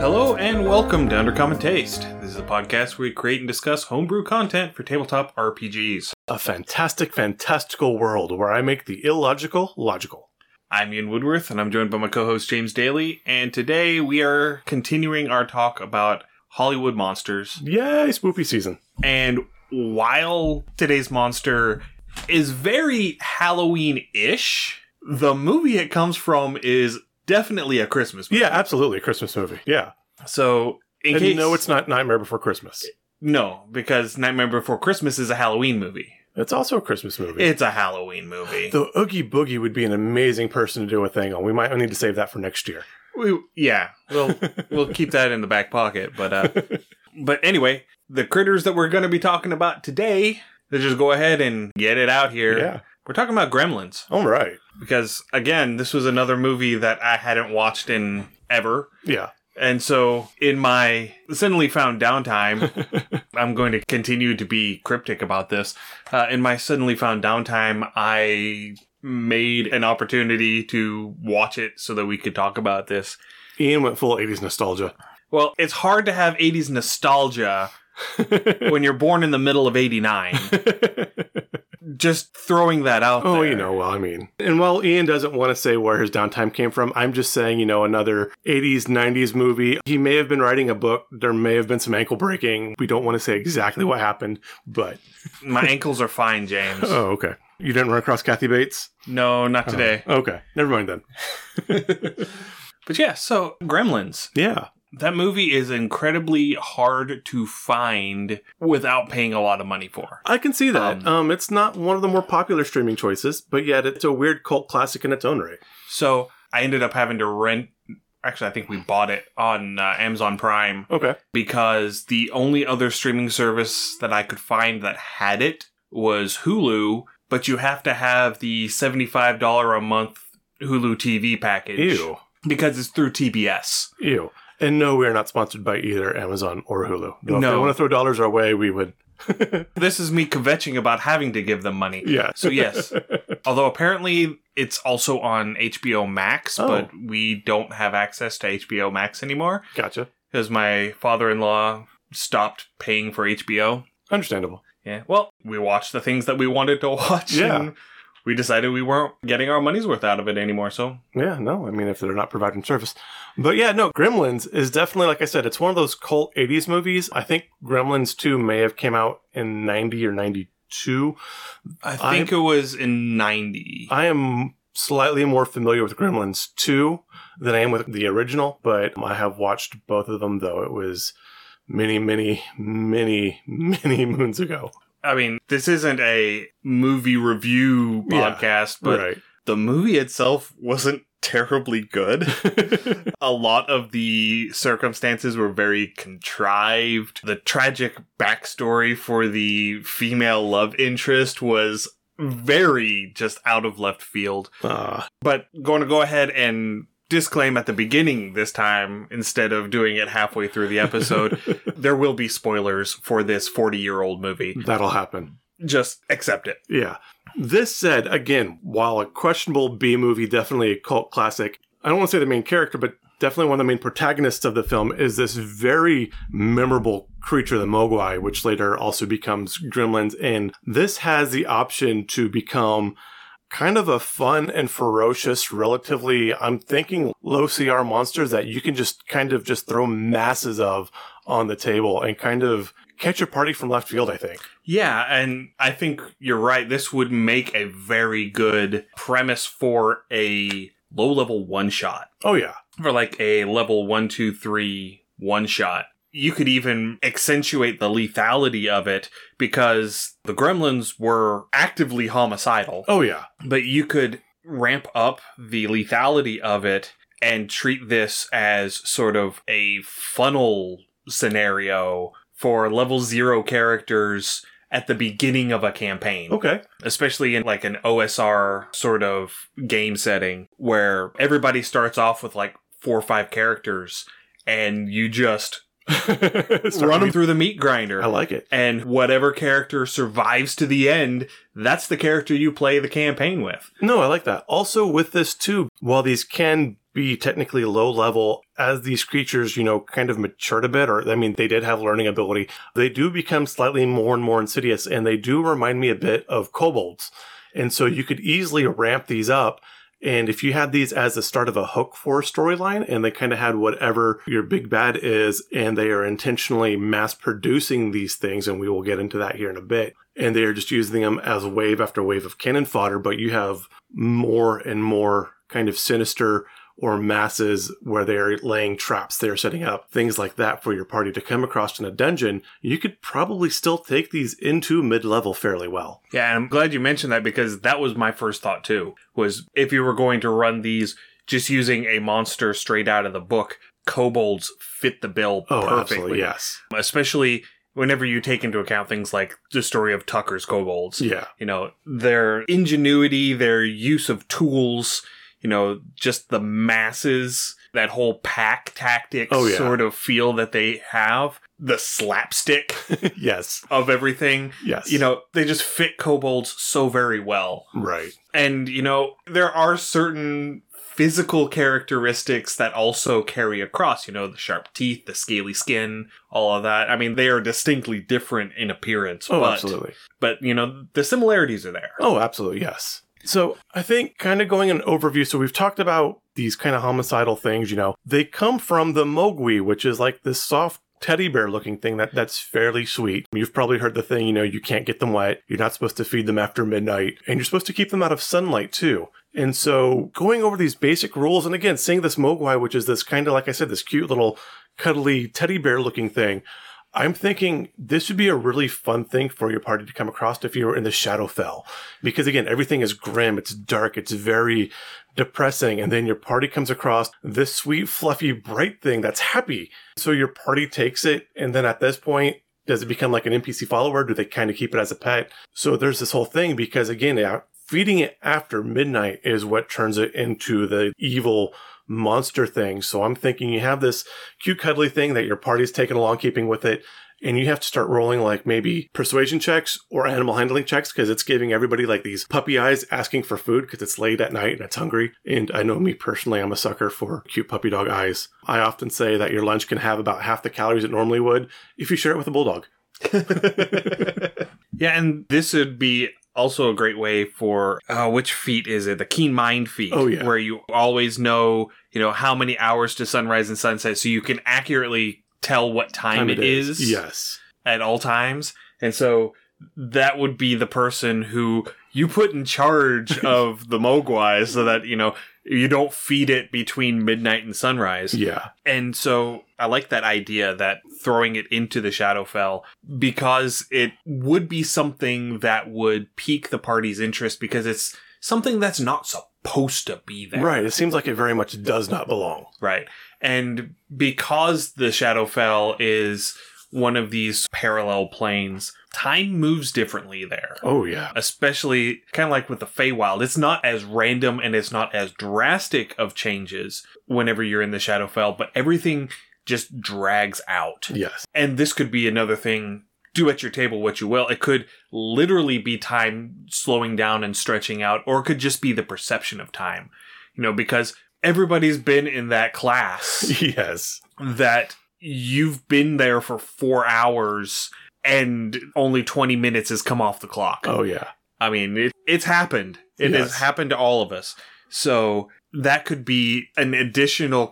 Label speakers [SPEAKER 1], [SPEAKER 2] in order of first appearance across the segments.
[SPEAKER 1] Hello and welcome to Under Common Taste. This is a podcast where we create and discuss homebrew content for tabletop RPGs.
[SPEAKER 2] A fantastic, fantastical world where I make the illogical logical.
[SPEAKER 1] I'm Ian Woodworth and I'm joined by my co host James Daly, and today we are continuing our talk about Hollywood monsters.
[SPEAKER 2] Yay, spoopy season.
[SPEAKER 1] And while today's monster is very Halloween ish, the movie it comes from is definitely a Christmas movie.
[SPEAKER 2] Yeah, absolutely. A Christmas movie. Yeah.
[SPEAKER 1] So, in
[SPEAKER 2] and
[SPEAKER 1] case.
[SPEAKER 2] no, it's not Nightmare Before Christmas.
[SPEAKER 1] No, because Nightmare Before Christmas is a Halloween movie.
[SPEAKER 2] It's also a Christmas movie.
[SPEAKER 1] It's a Halloween movie.
[SPEAKER 2] Though Oogie Boogie would be an amazing person to do a thing on. We might need to save that for next year.
[SPEAKER 1] We, yeah, we'll we'll keep that in the back pocket. But uh, but anyway, the critters that we're going to be talking about today, let's just go ahead and get it out here.
[SPEAKER 2] Yeah.
[SPEAKER 1] We're talking about Gremlins
[SPEAKER 2] All right.
[SPEAKER 1] because again, this was another movie that I hadn't watched in ever.
[SPEAKER 2] Yeah.
[SPEAKER 1] And so, in my suddenly found downtime, I'm going to continue to be cryptic about this. Uh, in my suddenly found downtime, I made an opportunity to watch it so that we could talk about this.
[SPEAKER 2] Ian went full 80s nostalgia.
[SPEAKER 1] Well, it's hard to have 80s nostalgia when you're born in the middle of 89. Just throwing that out
[SPEAKER 2] Oh,
[SPEAKER 1] there.
[SPEAKER 2] you know, well, I mean. And while Ian doesn't want to say where his downtime came from, I'm just saying, you know, another 80s, 90s movie. He may have been writing a book. There may have been some ankle breaking. We don't want to say exactly what happened, but.
[SPEAKER 1] My ankles are fine, James.
[SPEAKER 2] Oh, okay. You didn't run across Kathy Bates?
[SPEAKER 1] No, not
[SPEAKER 2] Oh.
[SPEAKER 1] today.
[SPEAKER 2] Okay. Never mind then.
[SPEAKER 1] But yeah, so Gremlins.
[SPEAKER 2] Yeah.
[SPEAKER 1] That movie is incredibly hard to find without paying a lot of money for.
[SPEAKER 2] I can see that.
[SPEAKER 1] Um,
[SPEAKER 2] Um, it's not one of the more popular streaming choices, but yet it's a weird cult classic in its own right.
[SPEAKER 1] So I ended up having to rent. Actually, I think we bought it on uh, Amazon Prime
[SPEAKER 2] Okay.
[SPEAKER 1] because the only other streaming service that I could find that had it was Hulu, but you have to have the $75 a month Hulu TV package
[SPEAKER 2] Ew.
[SPEAKER 1] because it's through TBS.
[SPEAKER 2] Ew. And no, we are not sponsored by either Amazon or Hulu. No. If they
[SPEAKER 1] No.
[SPEAKER 2] want to throw dollars our way, we would.
[SPEAKER 1] This is me kvetching about having to give them money.
[SPEAKER 2] Yeah.
[SPEAKER 1] So yes, although apparently it's also on HBO Max,
[SPEAKER 2] Oh.
[SPEAKER 1] but we don't have access to HBO Max anymore
[SPEAKER 2] Gotcha.
[SPEAKER 1] because my father-in-law stopped paying for HBO.
[SPEAKER 2] Understandable.
[SPEAKER 1] Yeah. Well, we watched the things that we wanted to watch.
[SPEAKER 2] Yeah.
[SPEAKER 1] And we decided we weren't getting our money's worth out of it anymore. So
[SPEAKER 2] Yeah, no, I mean, if they're not providing service. But yeah, no, Gremlins is definitely, like I said, it's one of those cult 80s movies. I think Gremlins 2 may have came out in 90 or 92.
[SPEAKER 1] I
[SPEAKER 2] I-
[SPEAKER 1] think it was in ninety.
[SPEAKER 2] I am slightly more familiar with Gremlins 2 than I am with the original, but I have watched both of them, though it was many, many, many, many moons ago.
[SPEAKER 1] I mean, this isn't a movie review
[SPEAKER 2] Yeah.
[SPEAKER 1] podcast, but the movie itself wasn't terribly good.
[SPEAKER 2] right.
[SPEAKER 1] a lot of the circumstances were very contrived. The tragic backstory for the female love interest was very just out of left field.
[SPEAKER 2] Ah,
[SPEAKER 1] But going to go ahead and disclaim at the beginning this time instead of doing it halfway through the episode. there will be spoilers for this 40 year old movie.
[SPEAKER 2] that'll happen.
[SPEAKER 1] Just accept it.
[SPEAKER 2] Yeah. This said, again, while a questionable B movie, definitely a cult classic, I don't want to say the main character, but definitely one of the main protagonists of the film is this very memorable creature, the Mogwai, which later also becomes Gremlins. And this has the option to become kind of a fun and ferocious, relatively, I'm thinking low CR monsters that you can just kind of just throw masses of on the table and kind of catch a party from left field, I think.
[SPEAKER 1] Yeah, and I think you're right. This would make a very good premise for a low level one shot.
[SPEAKER 2] Oh, yeah.
[SPEAKER 1] for like a level one, two, three, one shot. You could even accentuate the lethality of it because the gremlins were actively homicidal,
[SPEAKER 2] Oh, yeah.
[SPEAKER 1] but you could ramp up the lethality of it and treat this as sort of a funnel scenario for level zero characters at the beginning of a campaign
[SPEAKER 2] Okay.
[SPEAKER 1] especially in like an OSR sort of game setting where everybody starts off with like four or five characters and you just run them through the meat grinder.
[SPEAKER 2] I like it.
[SPEAKER 1] and whatever character survives to the end, that's the character you play the campaign with.
[SPEAKER 2] No, I like that. Also, with this too, while these can be technically low level as these creatures, you know, kind of matured a bit, or I mean, they did have learning ability. They do become slightly more and more insidious, and they do remind me a bit of kobolds. And so you could easily ramp these up. And if you had these as the start of a hook for a storyline, and they kind of had whatever your big bad is, and they are intentionally mass producing these things, and we will get into that here in a bit, and they are just using them as wave after wave of cannon fodder, but you have more and more kind of sinister or masses where they're laying traps they're setting up, things like that for your party to come across in a dungeon, you could probably still take these into mid level fairly well.
[SPEAKER 1] Yeah, and I'm glad you mentioned that because that was my first thought too. Was if you were going to run these just using a monster straight out of the book, kobolds fit the bill
[SPEAKER 2] Oh, absolutely.
[SPEAKER 1] perfectly.
[SPEAKER 2] Yes.
[SPEAKER 1] Especially whenever you take into account things like the story of Tucker's kobolds.
[SPEAKER 2] Yeah.
[SPEAKER 1] You know, their ingenuity, their use of tools, you know, just the masses, that whole pack tactic
[SPEAKER 2] Oh, yeah.
[SPEAKER 1] sort of feel that they have, the slapstick
[SPEAKER 2] yes.
[SPEAKER 1] of everything.
[SPEAKER 2] Yes.
[SPEAKER 1] You know, they just fit kobolds so very well.
[SPEAKER 2] right.
[SPEAKER 1] And, you know, there are certain physical characteristics that also carry across, you know, the sharp teeth, the scaly skin, all of that. I mean, they are distinctly different in appearance,
[SPEAKER 2] Oh,
[SPEAKER 1] but
[SPEAKER 2] absolutely.
[SPEAKER 1] but you know, the similarities are there.
[SPEAKER 2] Oh, absolutely. Yes. So I think kind of going an overview. So we've talked about these kind of homicidal things, you know, they come from the Mogui, which is like this soft teddy bear looking thing that that's fairly sweet. You've probably heard the thing, you know, you can't get them wet. You're not supposed to feed them after midnight and you're supposed to keep them out of sunlight too. And so going over these basic rules and again, seeing this Mogwai, which is this kind of, like I said, this cute little cuddly teddy bear looking thing. I'm thinking this would be a really fun thing for your party to come across if you were in the Shadowfell. Because again, everything is grim, it's dark, it's very depressing. And then your party comes across this sweet, fluffy, bright thing that's happy. So your party takes it. And then at this point, does it become like an NPC follower? Do they kind of keep it as a pet? So there's this whole thing because again, yeah, feeding it after midnight is what turns it into the evil monster thing. So I'm thinking you have this cute, cuddly thing that your party's taking along, keeping with it. And you have to start rolling like maybe persuasion checks or animal handling checks because it's giving everybody like these puppy eyes asking for food because it's late at night and it's hungry. And I know me personally, I'm a sucker for cute puppy dog eyes. I often say that your lunch can have about half the calories it normally would if you share it with a bulldog.
[SPEAKER 1] Yeah, and this would be also a great way for uh, which feat is it? The keen mind feat.
[SPEAKER 2] Oh, yeah.
[SPEAKER 1] Where you always know, you know, how many hours to sunrise and sunset, so you can accurately tell what time, it is.
[SPEAKER 2] Yes.
[SPEAKER 1] at all times. And so that would be the person who you put in charge of the Mogwai so that, you know, you don't feed it between midnight and sunrise.
[SPEAKER 2] Yeah.
[SPEAKER 1] And so I like that idea that throwing it into the Shadowfell because it would be something that would pique the party's interest because it's something that's not supposed to be there.
[SPEAKER 2] Right. It seems like it very much does not belong.
[SPEAKER 1] Right. And because the Shadowfell is one of these parallel planes, time moves differently there.
[SPEAKER 2] Oh, yeah.
[SPEAKER 1] Especially kind of like with the Feywild, it's not as random and it's not as drastic of changes whenever you're in the Shadowfell, but everything just drags out.
[SPEAKER 2] Yes.
[SPEAKER 1] And this could be another thing. Do at your table what you will. It could literally be time slowing down and stretching out, or it could just be the perception of time. You know, because everybody's been in that class
[SPEAKER 2] Yes.
[SPEAKER 1] that you've been there for four hours and only 20 minutes has come off the clock.
[SPEAKER 2] Oh, yeah.
[SPEAKER 1] I mean, it, it's happened. It has
[SPEAKER 2] Yes.
[SPEAKER 1] happened to all of us. So that could be an additional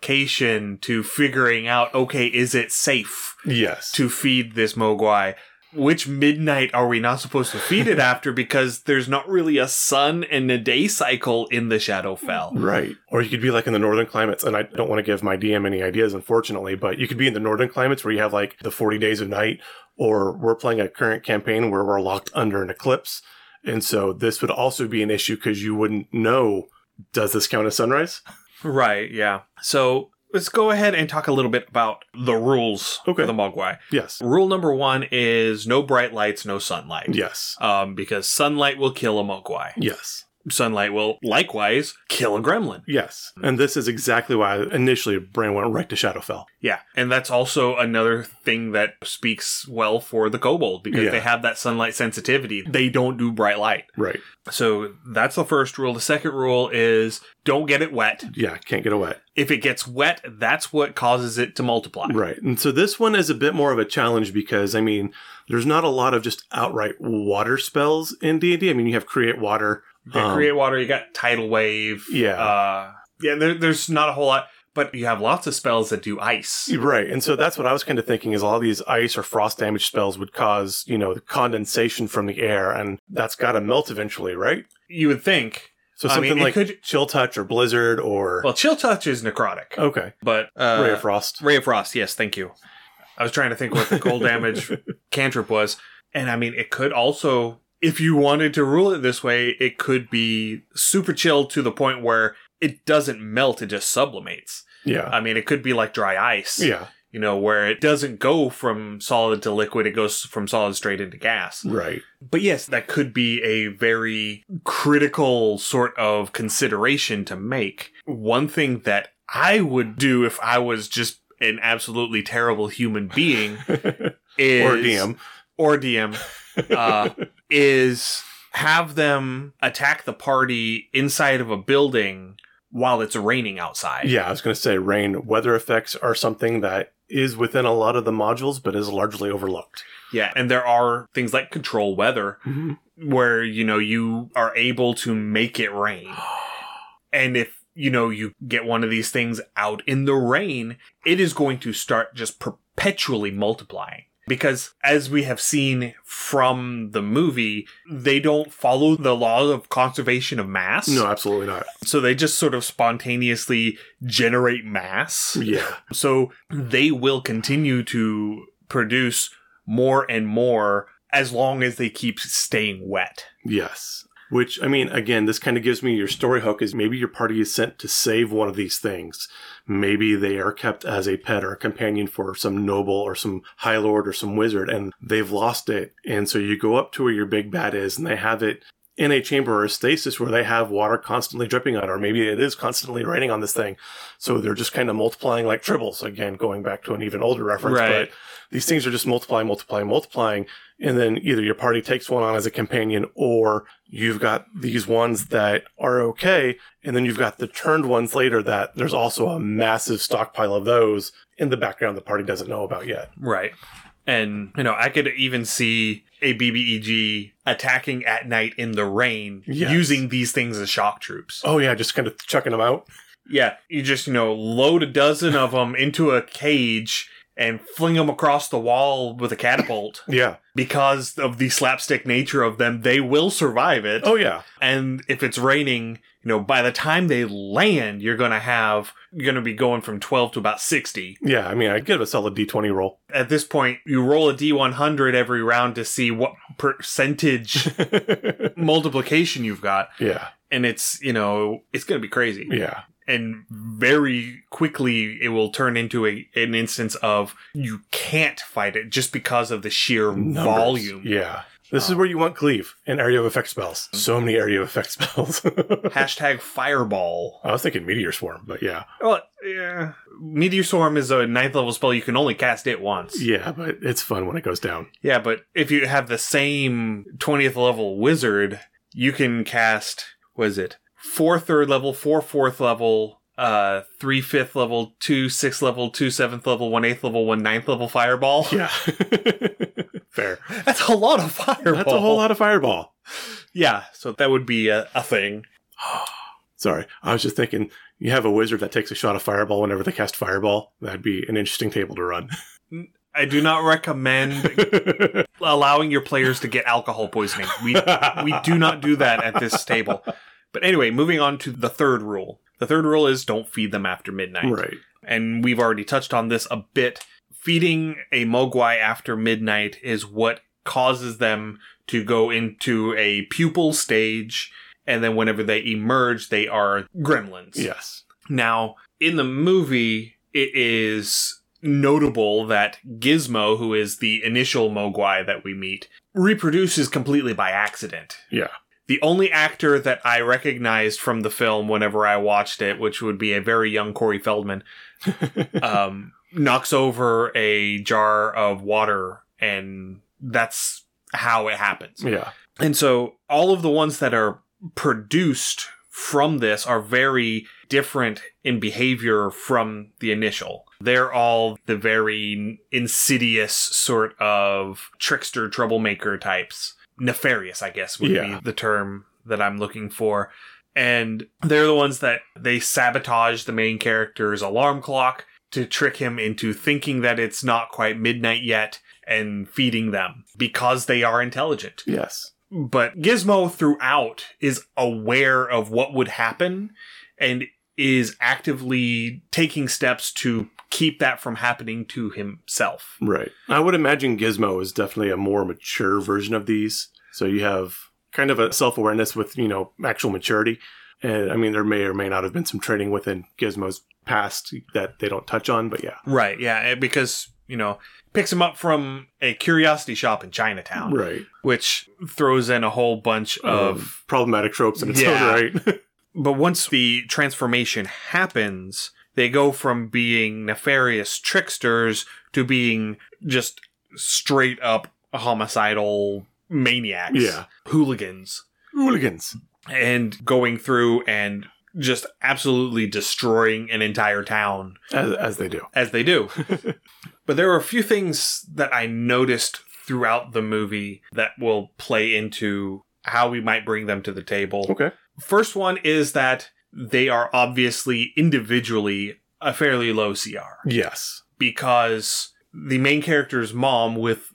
[SPEAKER 1] complication to figuring out okay, is it safe?
[SPEAKER 2] Yes.
[SPEAKER 1] to feed this mogwai. Which midnight are we not supposed to feed it after? Because there's not really a sun and a day cycle in the Shadowfell.
[SPEAKER 2] Right. Or you could be like in the northern climates, and I don't want to give my DM any ideas, unfortunately, but you could be in the northern climates where you have like the 40 days of night, or we're playing a current campaign where we're locked under an eclipse. And so this would also be an issue because you wouldn't know does this count as sunrise?
[SPEAKER 1] Right, yeah. So let's go ahead and talk a little bit about the rules
[SPEAKER 2] Okay.
[SPEAKER 1] for the mogwai.
[SPEAKER 2] Yes.
[SPEAKER 1] Rule number one is no bright lights, no sunlight.
[SPEAKER 2] Yes.
[SPEAKER 1] Um, because sunlight will kill a mogwai.
[SPEAKER 2] Yes.
[SPEAKER 1] sunlight will likewise kill a gremlin.
[SPEAKER 2] Yes. And this is exactly why initially Bran went right to Shadowfell.
[SPEAKER 1] Yeah, and that's also another thing that speaks well for the kobold because
[SPEAKER 2] Yeah.
[SPEAKER 1] they have that sunlight sensitivity. They don't do bright light.
[SPEAKER 2] Right.
[SPEAKER 1] So that's the first rule. The second rule is don't get it wet.
[SPEAKER 2] Yeah, can't get away.
[SPEAKER 1] If it gets wet, that's what causes it to multiply.
[SPEAKER 2] Right. And so this one is a bit more of a challenge because I mean, there's not a lot of just outright water spells in D&D. I mean, you have create water.
[SPEAKER 1] They
[SPEAKER 2] um,
[SPEAKER 1] create water, you got tidal wave.
[SPEAKER 2] Yeah.
[SPEAKER 1] Uh, yeah, there, there's not a whole lot, but you have lots of spells that do ice.
[SPEAKER 2] Right. And so that's what I was kind of thinking is all these ice or frost damage spells would cause, you know, the condensation from the air and that's got to melt eventually, right?
[SPEAKER 1] You would think.
[SPEAKER 2] So
[SPEAKER 1] I mean,
[SPEAKER 2] something
[SPEAKER 1] it
[SPEAKER 2] like
[SPEAKER 1] could-
[SPEAKER 2] chill touch or blizzard or
[SPEAKER 1] Well, chill touch is necrotic,
[SPEAKER 2] okay,
[SPEAKER 1] but uh,
[SPEAKER 2] ray of frost.
[SPEAKER 1] Ray of Frost, yes, thank you. I was trying to think what the cold damage cantrip was. And I mean, it could also, if you wanted to rule it this way, it could be super chill to the point where it doesn't melt, it just sublimates.
[SPEAKER 2] Yeah.
[SPEAKER 1] I mean, it could be like dry ice,
[SPEAKER 2] Yeah.
[SPEAKER 1] you know, where it doesn't go from solid to liquid, it goes from solid straight into gas.
[SPEAKER 2] Right.
[SPEAKER 1] But yes, that could be a very critical sort of consideration to make. One thing that I would do if I was just an absolutely terrible human being is
[SPEAKER 2] or DM.
[SPEAKER 1] or DM uh, is have them attack the party inside of a building while it's raining outside.
[SPEAKER 2] Yeah, I was going to say rain weather effects are something that is within a lot of the modules but is largely overlooked.
[SPEAKER 1] yeah. And there are things like control weather where you know you are able to make it rain. And if you know you get one of these things out in the rain, it is going to start just perpetually multiplying. Because as we have seen from the movie, they don't follow the law of conservation of mass.
[SPEAKER 2] No, absolutely not.
[SPEAKER 1] So they just sort of spontaneously generate mass.
[SPEAKER 2] Yeah.
[SPEAKER 1] So they will continue to produce more and more as long as they keep staying wet.
[SPEAKER 2] Yes. Which, I mean, again, this kind of gives me your story hook is maybe your party is sent to save one of these things. Maybe they are kept as a pet or a companion for some noble or some high lord or some wizard and they've lost it. And so you go up to where your big bad is and they have it in a chamber or a stasis where they have water constantly dripping on it, or maybe it is constantly raining on this thing. So they're just kind of multiplying like tribbles. Again, going back to an even older reference,
[SPEAKER 1] Right.
[SPEAKER 2] but these things are just multiplying, multiplying, multiplying. And then either your party takes one on as a companion, or you've got these ones that are okay. And then you've got the turned ones later that there's also a massive stockpile of those in the background the party doesn't know about yet.
[SPEAKER 1] Right. And, you know, I could even see a BBEG attacking at night in the rain
[SPEAKER 2] Yes.
[SPEAKER 1] using these things as shock troops.
[SPEAKER 2] Oh, yeah, just kind of chucking them out.
[SPEAKER 1] Yeah, you just, you know, load a dozen of them into a cage and fling them across the wall with a catapult.
[SPEAKER 2] Yeah.
[SPEAKER 1] because of the slapstick nature of them, they will survive it.
[SPEAKER 2] Oh, yeah.
[SPEAKER 1] And if it's raining, you know, by the time they land, you're going to have, you're going to be going from 12 to about 60.
[SPEAKER 2] Yeah. I mean, I give a solid D20 roll.
[SPEAKER 1] At this point, you roll a D100 every round to see what percentage multiplication you've got.
[SPEAKER 2] Yeah.
[SPEAKER 1] And it's, you know, it's going to be crazy.
[SPEAKER 2] Yeah.
[SPEAKER 1] And very quickly, it will turn into a, an instance of you can't fight it just because of the sheer
[SPEAKER 2] Numbers.
[SPEAKER 1] volume.
[SPEAKER 2] Yeah. This is where you want cleave and area of effect spells. So many area of effect spells.
[SPEAKER 1] Hashtag fireball.
[SPEAKER 2] I was thinking meteor swarm, but yeah.
[SPEAKER 1] Well, yeah. Meteor Swarm is a ninth level spell. You can only cast it once. Yeah,
[SPEAKER 2] Yeah, but it's fun when it goes down.
[SPEAKER 1] but if you have the same 20th level wizard, you can cast, what is it? Four third level, four fourth level, uh, three fifth level, two sixth level, two seventh level, one eighth level, one ninth level fireball.
[SPEAKER 2] Yeah. Fair.
[SPEAKER 1] That's a lot of fireball.
[SPEAKER 2] That's a whole lot of fireball.
[SPEAKER 1] Yeah, so that would be a, a thing.
[SPEAKER 2] Sorry. I was just thinking you have a wizard that takes a shot of fireball whenever they cast fireball. That'd be an interesting table to run.
[SPEAKER 1] I do not recommend allowing your players to get alcohol poisoning. We we do not do that at this table. But anyway, moving on to the third rule. The third rule is don't feed them after midnight.
[SPEAKER 2] Right.
[SPEAKER 1] And we've already touched on this a bit. Feeding a mogwai after midnight is what causes them to go into a pupal stage. And then whenever they emerge, they are gremlins.
[SPEAKER 2] Yes.
[SPEAKER 1] Now, in the movie, it is notable that Gizmo, who is the initial Mogwai that we meet, reproduces completely by accident.
[SPEAKER 2] Yeah.
[SPEAKER 1] The only actor that I recognized from the film whenever I watched it, which would be a very young Corey Feldman, um, knocks over a jar of water, and that's how it happens.
[SPEAKER 2] yeah.
[SPEAKER 1] And so all of the ones that are produced from this are very different in behavior from the initial. They're all the very insidious sort of trickster troublemaker types. Nefarious, I guess, would
[SPEAKER 2] Yeah.
[SPEAKER 1] be the term that I'm looking for. And they're the ones that they sabotage the main character's alarm clock to trick him into thinking that it's not quite midnight yet and feeding them because they are intelligent
[SPEAKER 2] Yes.
[SPEAKER 1] but Gizmo throughout is aware of what would happen and is actively taking steps to keep that from happening to himself.
[SPEAKER 2] Right. I would imagine Gizmo is definitely a more mature version of these. So you have kind of a self awareness with, you know, actual maturity. And I mean, there may or may not have been some training within Gizmo's past that they don't touch on, but yeah.
[SPEAKER 1] Right, yeah, eh, because, you know, picks him up from a curiosity shop in Chinatown,
[SPEAKER 2] Right.
[SPEAKER 1] which throws in a whole bunch of
[SPEAKER 2] Of problematic tropes in its
[SPEAKER 1] Um, Yeah.
[SPEAKER 2] own right.
[SPEAKER 1] But once the transformation happens, they go from being nefarious tricksters to being just straight up homicidal maniacs,
[SPEAKER 2] Yeah.
[SPEAKER 1] hooligans,
[SPEAKER 2] Hooligans.
[SPEAKER 1] and going through and just absolutely destroying an entire town
[SPEAKER 2] As, as they do.
[SPEAKER 1] as they do. but there are a few things that I noticed throughout the movie that will play into how we might bring them to the table.
[SPEAKER 2] Okay.
[SPEAKER 1] First one is that they are obviously individually a fairly low CR
[SPEAKER 2] Yes.
[SPEAKER 1] because the main character's mom, with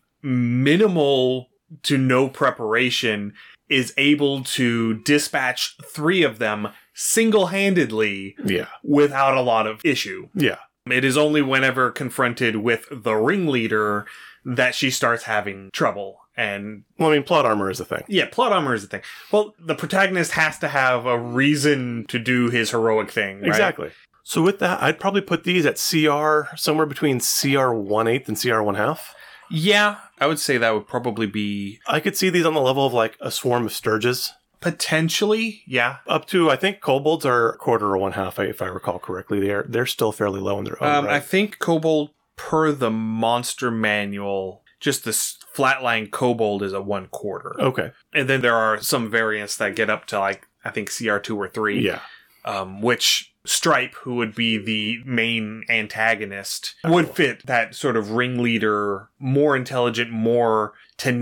[SPEAKER 1] minimal to no preparation, is able to dispatch three of them single handedly
[SPEAKER 2] Yeah.
[SPEAKER 1] without a lot of issue.
[SPEAKER 2] Yeah.
[SPEAKER 1] It is only whenever confronted with the ringleader that she starts having trouble and
[SPEAKER 2] Well, I mean, plot armor is a thing.
[SPEAKER 1] yeah, plot armor is the thing. Well, the protagonist has to have a reason to do his heroic thing, right?
[SPEAKER 2] Exactly. So with that, I'd probably put these at CR somewhere between CR one eighth and CR one half.
[SPEAKER 1] Yeah, I would say that would probably be
[SPEAKER 2] I could see these on the level of like a swarm of sturges.
[SPEAKER 1] potentially, yeah.
[SPEAKER 2] Up to I think kobolds are a quarter or one half, if I recall correctly. They're they're still fairly low in their own
[SPEAKER 1] Um, I
[SPEAKER 2] right.
[SPEAKER 1] think kobold per the monster manual, just the s- flatline kobold is a one quarter,
[SPEAKER 2] okay.
[SPEAKER 1] and then there are some variants that get up to like I think CR two or three,
[SPEAKER 2] Yeah.
[SPEAKER 1] um, which Stripe, who would be the main antagonist, would fit that sort of ringleader, more intelligent, more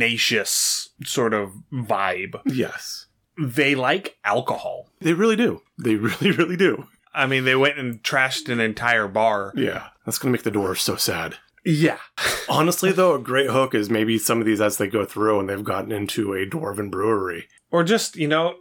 [SPEAKER 1] tenacious sort of vibe.
[SPEAKER 2] Yes.
[SPEAKER 1] They like alcohol.
[SPEAKER 2] They really do. They really, really do.
[SPEAKER 1] I mean, they went and trashed an entire bar.
[SPEAKER 2] Yeah. That's gonna make the dwarves so sad.
[SPEAKER 1] Yeah.
[SPEAKER 2] Honestly though, a great hook is maybe some of these as they go through and they've gotten into a dwarven brewery.
[SPEAKER 1] Or just, you know,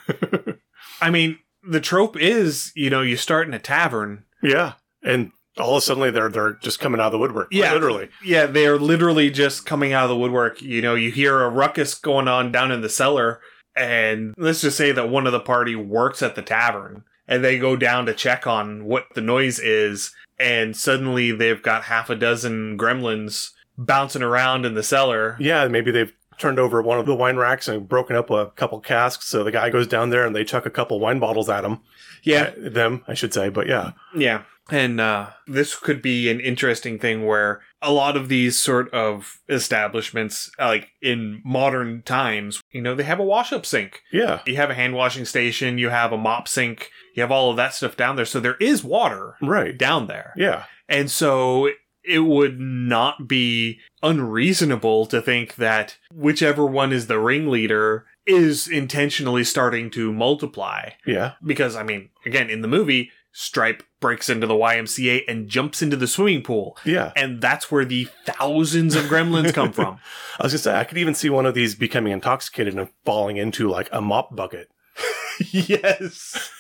[SPEAKER 1] I mean, the trope is, you know, you start in a tavern.
[SPEAKER 2] Yeah. And all of a sudden they're they're just coming out of the woodwork.
[SPEAKER 1] Yeah.
[SPEAKER 2] Literally.
[SPEAKER 1] Yeah, they are literally just coming out of the woodwork. You know, you hear a ruckus going on down in the cellar, and let's just say that one of the party works at the tavern, and they go down to check on what the noise is, and suddenly they've got half a dozen gremlins bouncing around in the cellar.
[SPEAKER 2] Yeah, maybe they've turned over one of the wine racks and broken up a couple casks. So the guy goes down there and they chuck a couple wine bottles at him.
[SPEAKER 1] Yeah,
[SPEAKER 2] At them, I should say. But yeah,
[SPEAKER 1] yeah. And uh, this could be an interesting thing where a lot of these sort of establishments, like in modern times, you know, they have a wash up sink.
[SPEAKER 2] yeah,
[SPEAKER 1] you have a hand washing station, you have a mop sink, you have all of that stuff down there. So there is water
[SPEAKER 2] right,
[SPEAKER 1] down there.
[SPEAKER 2] yeah,
[SPEAKER 1] And so it would not be unreasonable to think that whichever one is the ringleader is intentionally starting to multiply.
[SPEAKER 2] yeah,
[SPEAKER 1] Because, I mean, again, in the movie, Stripe breaks into the YMCA and jumps into the swimming pool.
[SPEAKER 2] yeah.
[SPEAKER 1] And that's where the thousands of gremlins come from.
[SPEAKER 2] I was gonna say I could even see one of these becoming intoxicated and falling into like a mop bucket.
[SPEAKER 1] yes.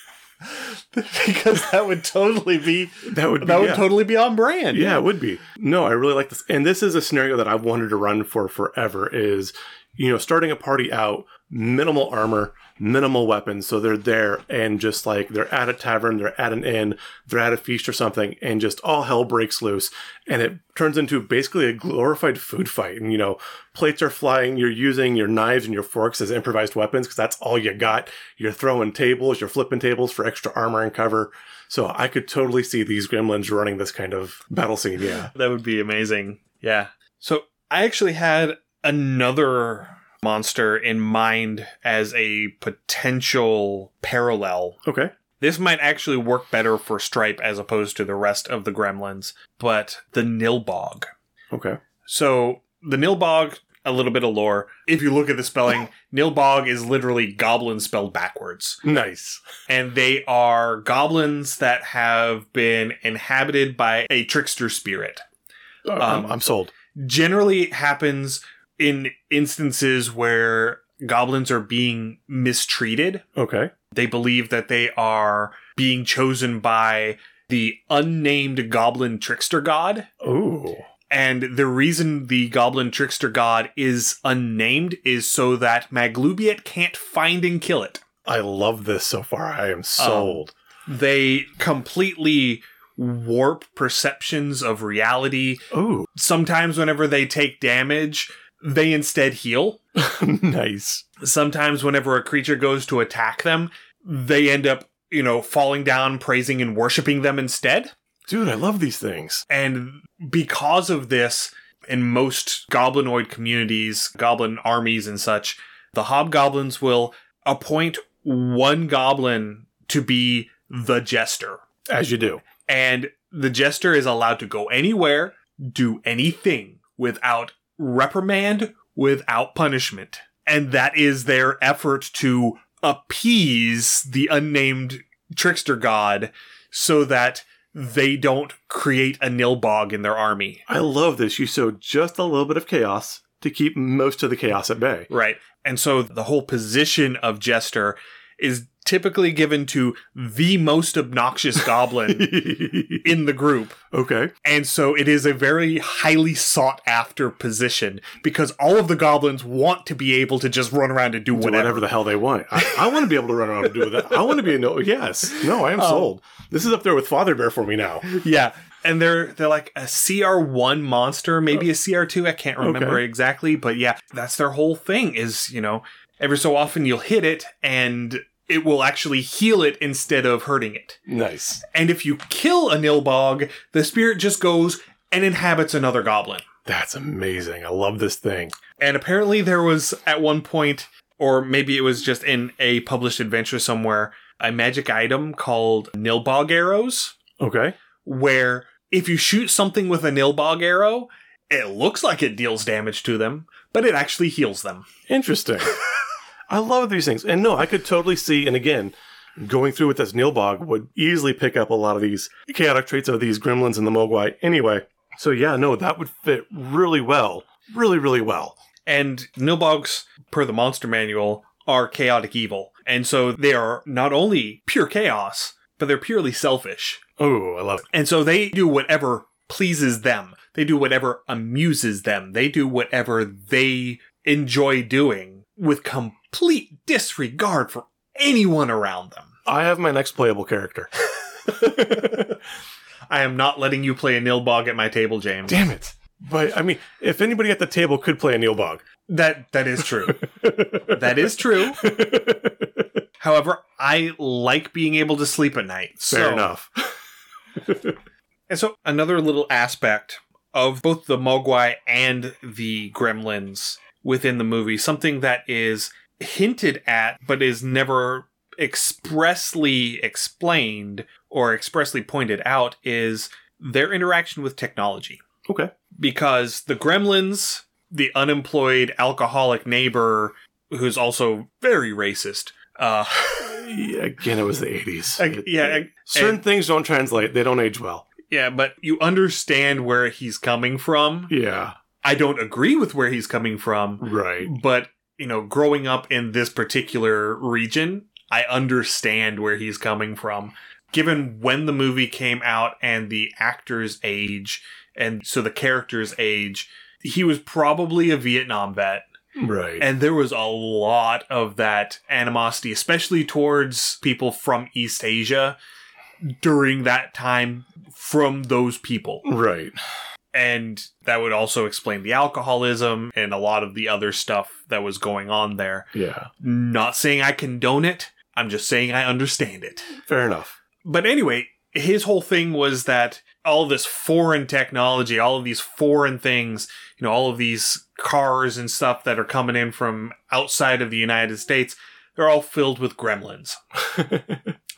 [SPEAKER 1] because that would totally be
[SPEAKER 2] That would be,
[SPEAKER 1] that would
[SPEAKER 2] yeah.
[SPEAKER 1] totally be on brand.
[SPEAKER 2] yeah, it would be. No, I really like this, and this is a scenario that I've wanted to run for forever. Is you know starting a party out minimal armor, minimal weapons. So they're there and just like they're at a tavern, they're at an inn, they're at a feast or something, and just all hell breaks loose. And it turns into basically a glorified food fight. And you know, plates are flying, you're using your knives and your forks as improvised weapons because that's all you got. You're throwing tables, you're flipping tables for extra armor and cover. So I could totally see these gremlins running this kind of battle scene. Yeah.
[SPEAKER 1] That would be amazing. Yeah. So I actually had another monster in mind as a potential parallel.
[SPEAKER 2] Okay.
[SPEAKER 1] This might actually work better for Stripe as opposed to the rest of the gremlins, but the Nilbog.
[SPEAKER 2] Okay.
[SPEAKER 1] So the Nilbog, a little bit of lore. If you look at the spelling, Nilbog is literally goblin spelled backwards.
[SPEAKER 2] Nice.
[SPEAKER 1] And they are goblins that have been inhabited by a trickster spirit.
[SPEAKER 2] I'm-
[SPEAKER 1] Um,
[SPEAKER 2] I'm sold.
[SPEAKER 1] generally happens in instances where goblins are being mistreated.
[SPEAKER 2] Okay.
[SPEAKER 1] They believe that they are being chosen by the unnamed goblin trickster god.
[SPEAKER 2] Ooh.
[SPEAKER 1] And the reason the goblin trickster god is unnamed is so that Maglubiet can't find and kill it.
[SPEAKER 2] I love this so far. I am sold.
[SPEAKER 1] They completely warp perceptions of reality.
[SPEAKER 2] Ooh.
[SPEAKER 1] Sometimes, whenever they take damage, they instead heal.
[SPEAKER 2] nice.
[SPEAKER 1] sometimes whenever a creature goes to attack them, they end up, you know, falling down, praising and worshiping them instead.
[SPEAKER 2] Dude, I love these things.
[SPEAKER 1] And because of this, in most goblinoid communities, goblin armies and such, the hobgoblins will appoint one goblin to be the jester.
[SPEAKER 2] As you do.
[SPEAKER 1] And the jester is allowed to go anywhere, do anything without reprimand, without punishment. And that is their effort to appease the unnamed trickster god so that they don't create a nilbog in their army.
[SPEAKER 2] I love this. You sow just a little bit of chaos to keep most of the chaos at bay.
[SPEAKER 1] Right. And so the whole position of jester is typically given to the most obnoxious goblin in the group.
[SPEAKER 2] okay.
[SPEAKER 1] And so it is a very highly sought after position because all of the goblins want to be able to just run around and do
[SPEAKER 2] Whatever.
[SPEAKER 1] whatever.
[SPEAKER 2] the hell they want. I, I want to be able to run around and do that. I want to be a no. Yes. No, I am
[SPEAKER 1] Oh.
[SPEAKER 2] sold. This is up there with Father Bear for me now.
[SPEAKER 1] Yeah. And they're they're like a CR1 monster, maybe a CR2, I can't remember
[SPEAKER 2] Okay.
[SPEAKER 1] exactly, but yeah, that's their whole thing is, you know, every so often you'll hit it and it will actually heal it instead of hurting it.
[SPEAKER 2] Nice.
[SPEAKER 1] And if you kill a Nilbog, the spirit just goes and inhabits another goblin.
[SPEAKER 2] That's amazing. I love this thing.
[SPEAKER 1] And apparently, there was at one point, or maybe it was just in a published adventure somewhere, a magic item called Nilbog arrows,
[SPEAKER 2] Okay.
[SPEAKER 1] where if you shoot something with a Nilbog arrow, it looks like it deals damage to them, but it actually heals them.
[SPEAKER 2] Interesting. I love these things. And no, I could totally see, and again, going through with this Nilbog would easily pick up a lot of these chaotic traits of these gremlins and the Mogwai anyway. So yeah, no, that would fit really well. Really, really well.
[SPEAKER 1] And Nilbogs, per the monster manual, are chaotic evil. And so they are not only pure chaos, but they're purely selfish.
[SPEAKER 2] Oh, I love it.
[SPEAKER 1] And so they do whatever pleases them. They do whatever amuses them. They do whatever they enjoy doing with complete disregard for anyone around them.
[SPEAKER 2] I have my next playable character.
[SPEAKER 1] I am not letting you play a Nilbog at my table, James.
[SPEAKER 2] Damn it. But I mean, if anybody at the table could play a Nilbog.
[SPEAKER 1] That that is true. that is true. However, I like being able to sleep at night.
[SPEAKER 2] Fair
[SPEAKER 1] so-
[SPEAKER 2] enough.
[SPEAKER 1] And so another little aspect of both the Mogwai and the Gremlins within the movie, something that is hinted at but is never expressly explained or expressly pointed out is their interaction with technology.
[SPEAKER 2] Okay.
[SPEAKER 1] Because the Gremlins, the unemployed alcoholic neighbor who's also very racist, uh
[SPEAKER 2] Yeah, again, it was the 80s.
[SPEAKER 1] I- yeah, I-
[SPEAKER 2] Certain things don't translate, they don't age well.
[SPEAKER 1] yeah, but you understand where he's coming from.
[SPEAKER 2] Yeah,
[SPEAKER 1] I don't agree with where he's coming from,
[SPEAKER 2] right.
[SPEAKER 1] but you know, growing up in this particular region, I understand where he's coming from. Given when the movie came out and the actor's age, and so the character's age, he was probably a Vietnam vet.
[SPEAKER 2] Right.
[SPEAKER 1] And there was a lot of that animosity, especially towards people from East Asia during that time from those people.
[SPEAKER 2] right.
[SPEAKER 1] And that would also explain the alcoholism and a lot of the other stuff that was going on there.
[SPEAKER 2] Yeah.
[SPEAKER 1] Not saying I condone it, I'm just saying I understand it.
[SPEAKER 2] Fair enough.
[SPEAKER 1] But anyway, his whole thing was that all this foreign technology, all of these foreign things, you know, all of these cars and stuff that are coming in from outside of the United States, they're all filled with gremlins.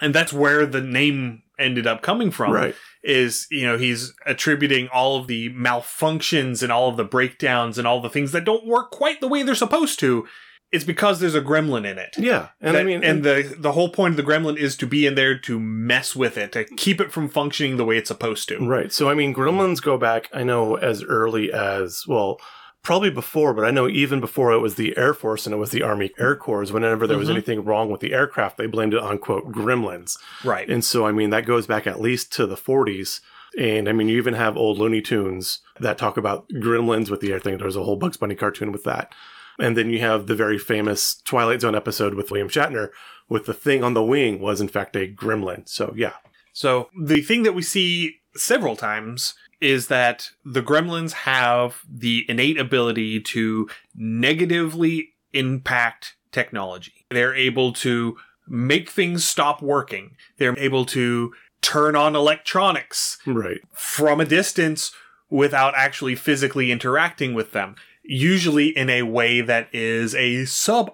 [SPEAKER 1] And that's where the name ended up coming from
[SPEAKER 2] right.
[SPEAKER 1] is, you know, he's attributing all of the malfunctions and all of the breakdowns and all the things that don't work quite the way they're supposed to. It's because there's a gremlin in it.
[SPEAKER 2] Yeah. And I
[SPEAKER 1] That-
[SPEAKER 2] mean,
[SPEAKER 1] and the the whole point of the gremlin is to be in there to mess with it, to keep it from functioning the way it's supposed to.
[SPEAKER 2] Right. So, I mean, Gremlins go back, I know, as early as, well, probably before, but I know even before it was the Air Force and it was the Army Air Corps, whenever there was
[SPEAKER 1] Mhm.
[SPEAKER 2] anything wrong with the aircraft, they blamed it on, quote, Gremlins.
[SPEAKER 1] Right.
[SPEAKER 2] And so, I mean, that goes back at least to the 40s. And I mean, you even have old Looney Tunes that talk about gremlins with the air thing. There's a whole Bugs Bunny cartoon with that. And then you have the very famous Twilight Zone episode with William Shatner with the thing on the wing was, in fact, a gremlin. So, yeah.
[SPEAKER 1] So the thing that we see several times is that the gremlins have the innate ability to negatively impact technology. They're able to make things stop working. They're able to turn on electronics.
[SPEAKER 2] Right.
[SPEAKER 1] from a distance without actually physically interacting with them, usually in a way that is a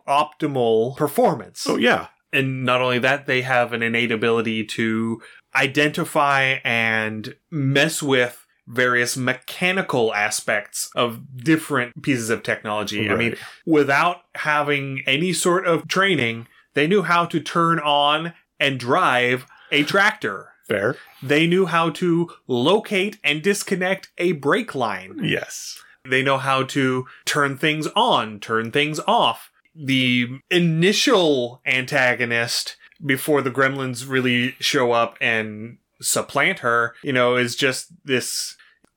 [SPEAKER 1] suboptimal performance.
[SPEAKER 2] Oh, yeah.
[SPEAKER 1] And not only that, they have an innate ability to identify and mess with various mechanical aspects of different pieces of technology. I mean,
[SPEAKER 2] Right.
[SPEAKER 1] without having any sort of training, they knew how to turn on and drive a tractor.
[SPEAKER 2] fair.
[SPEAKER 1] They knew how to locate and disconnect a brake line.
[SPEAKER 2] Yes.
[SPEAKER 1] They know how to turn things on, turn things off. The initial antagonist before the gremlins really show up and supplant her, you know, is just this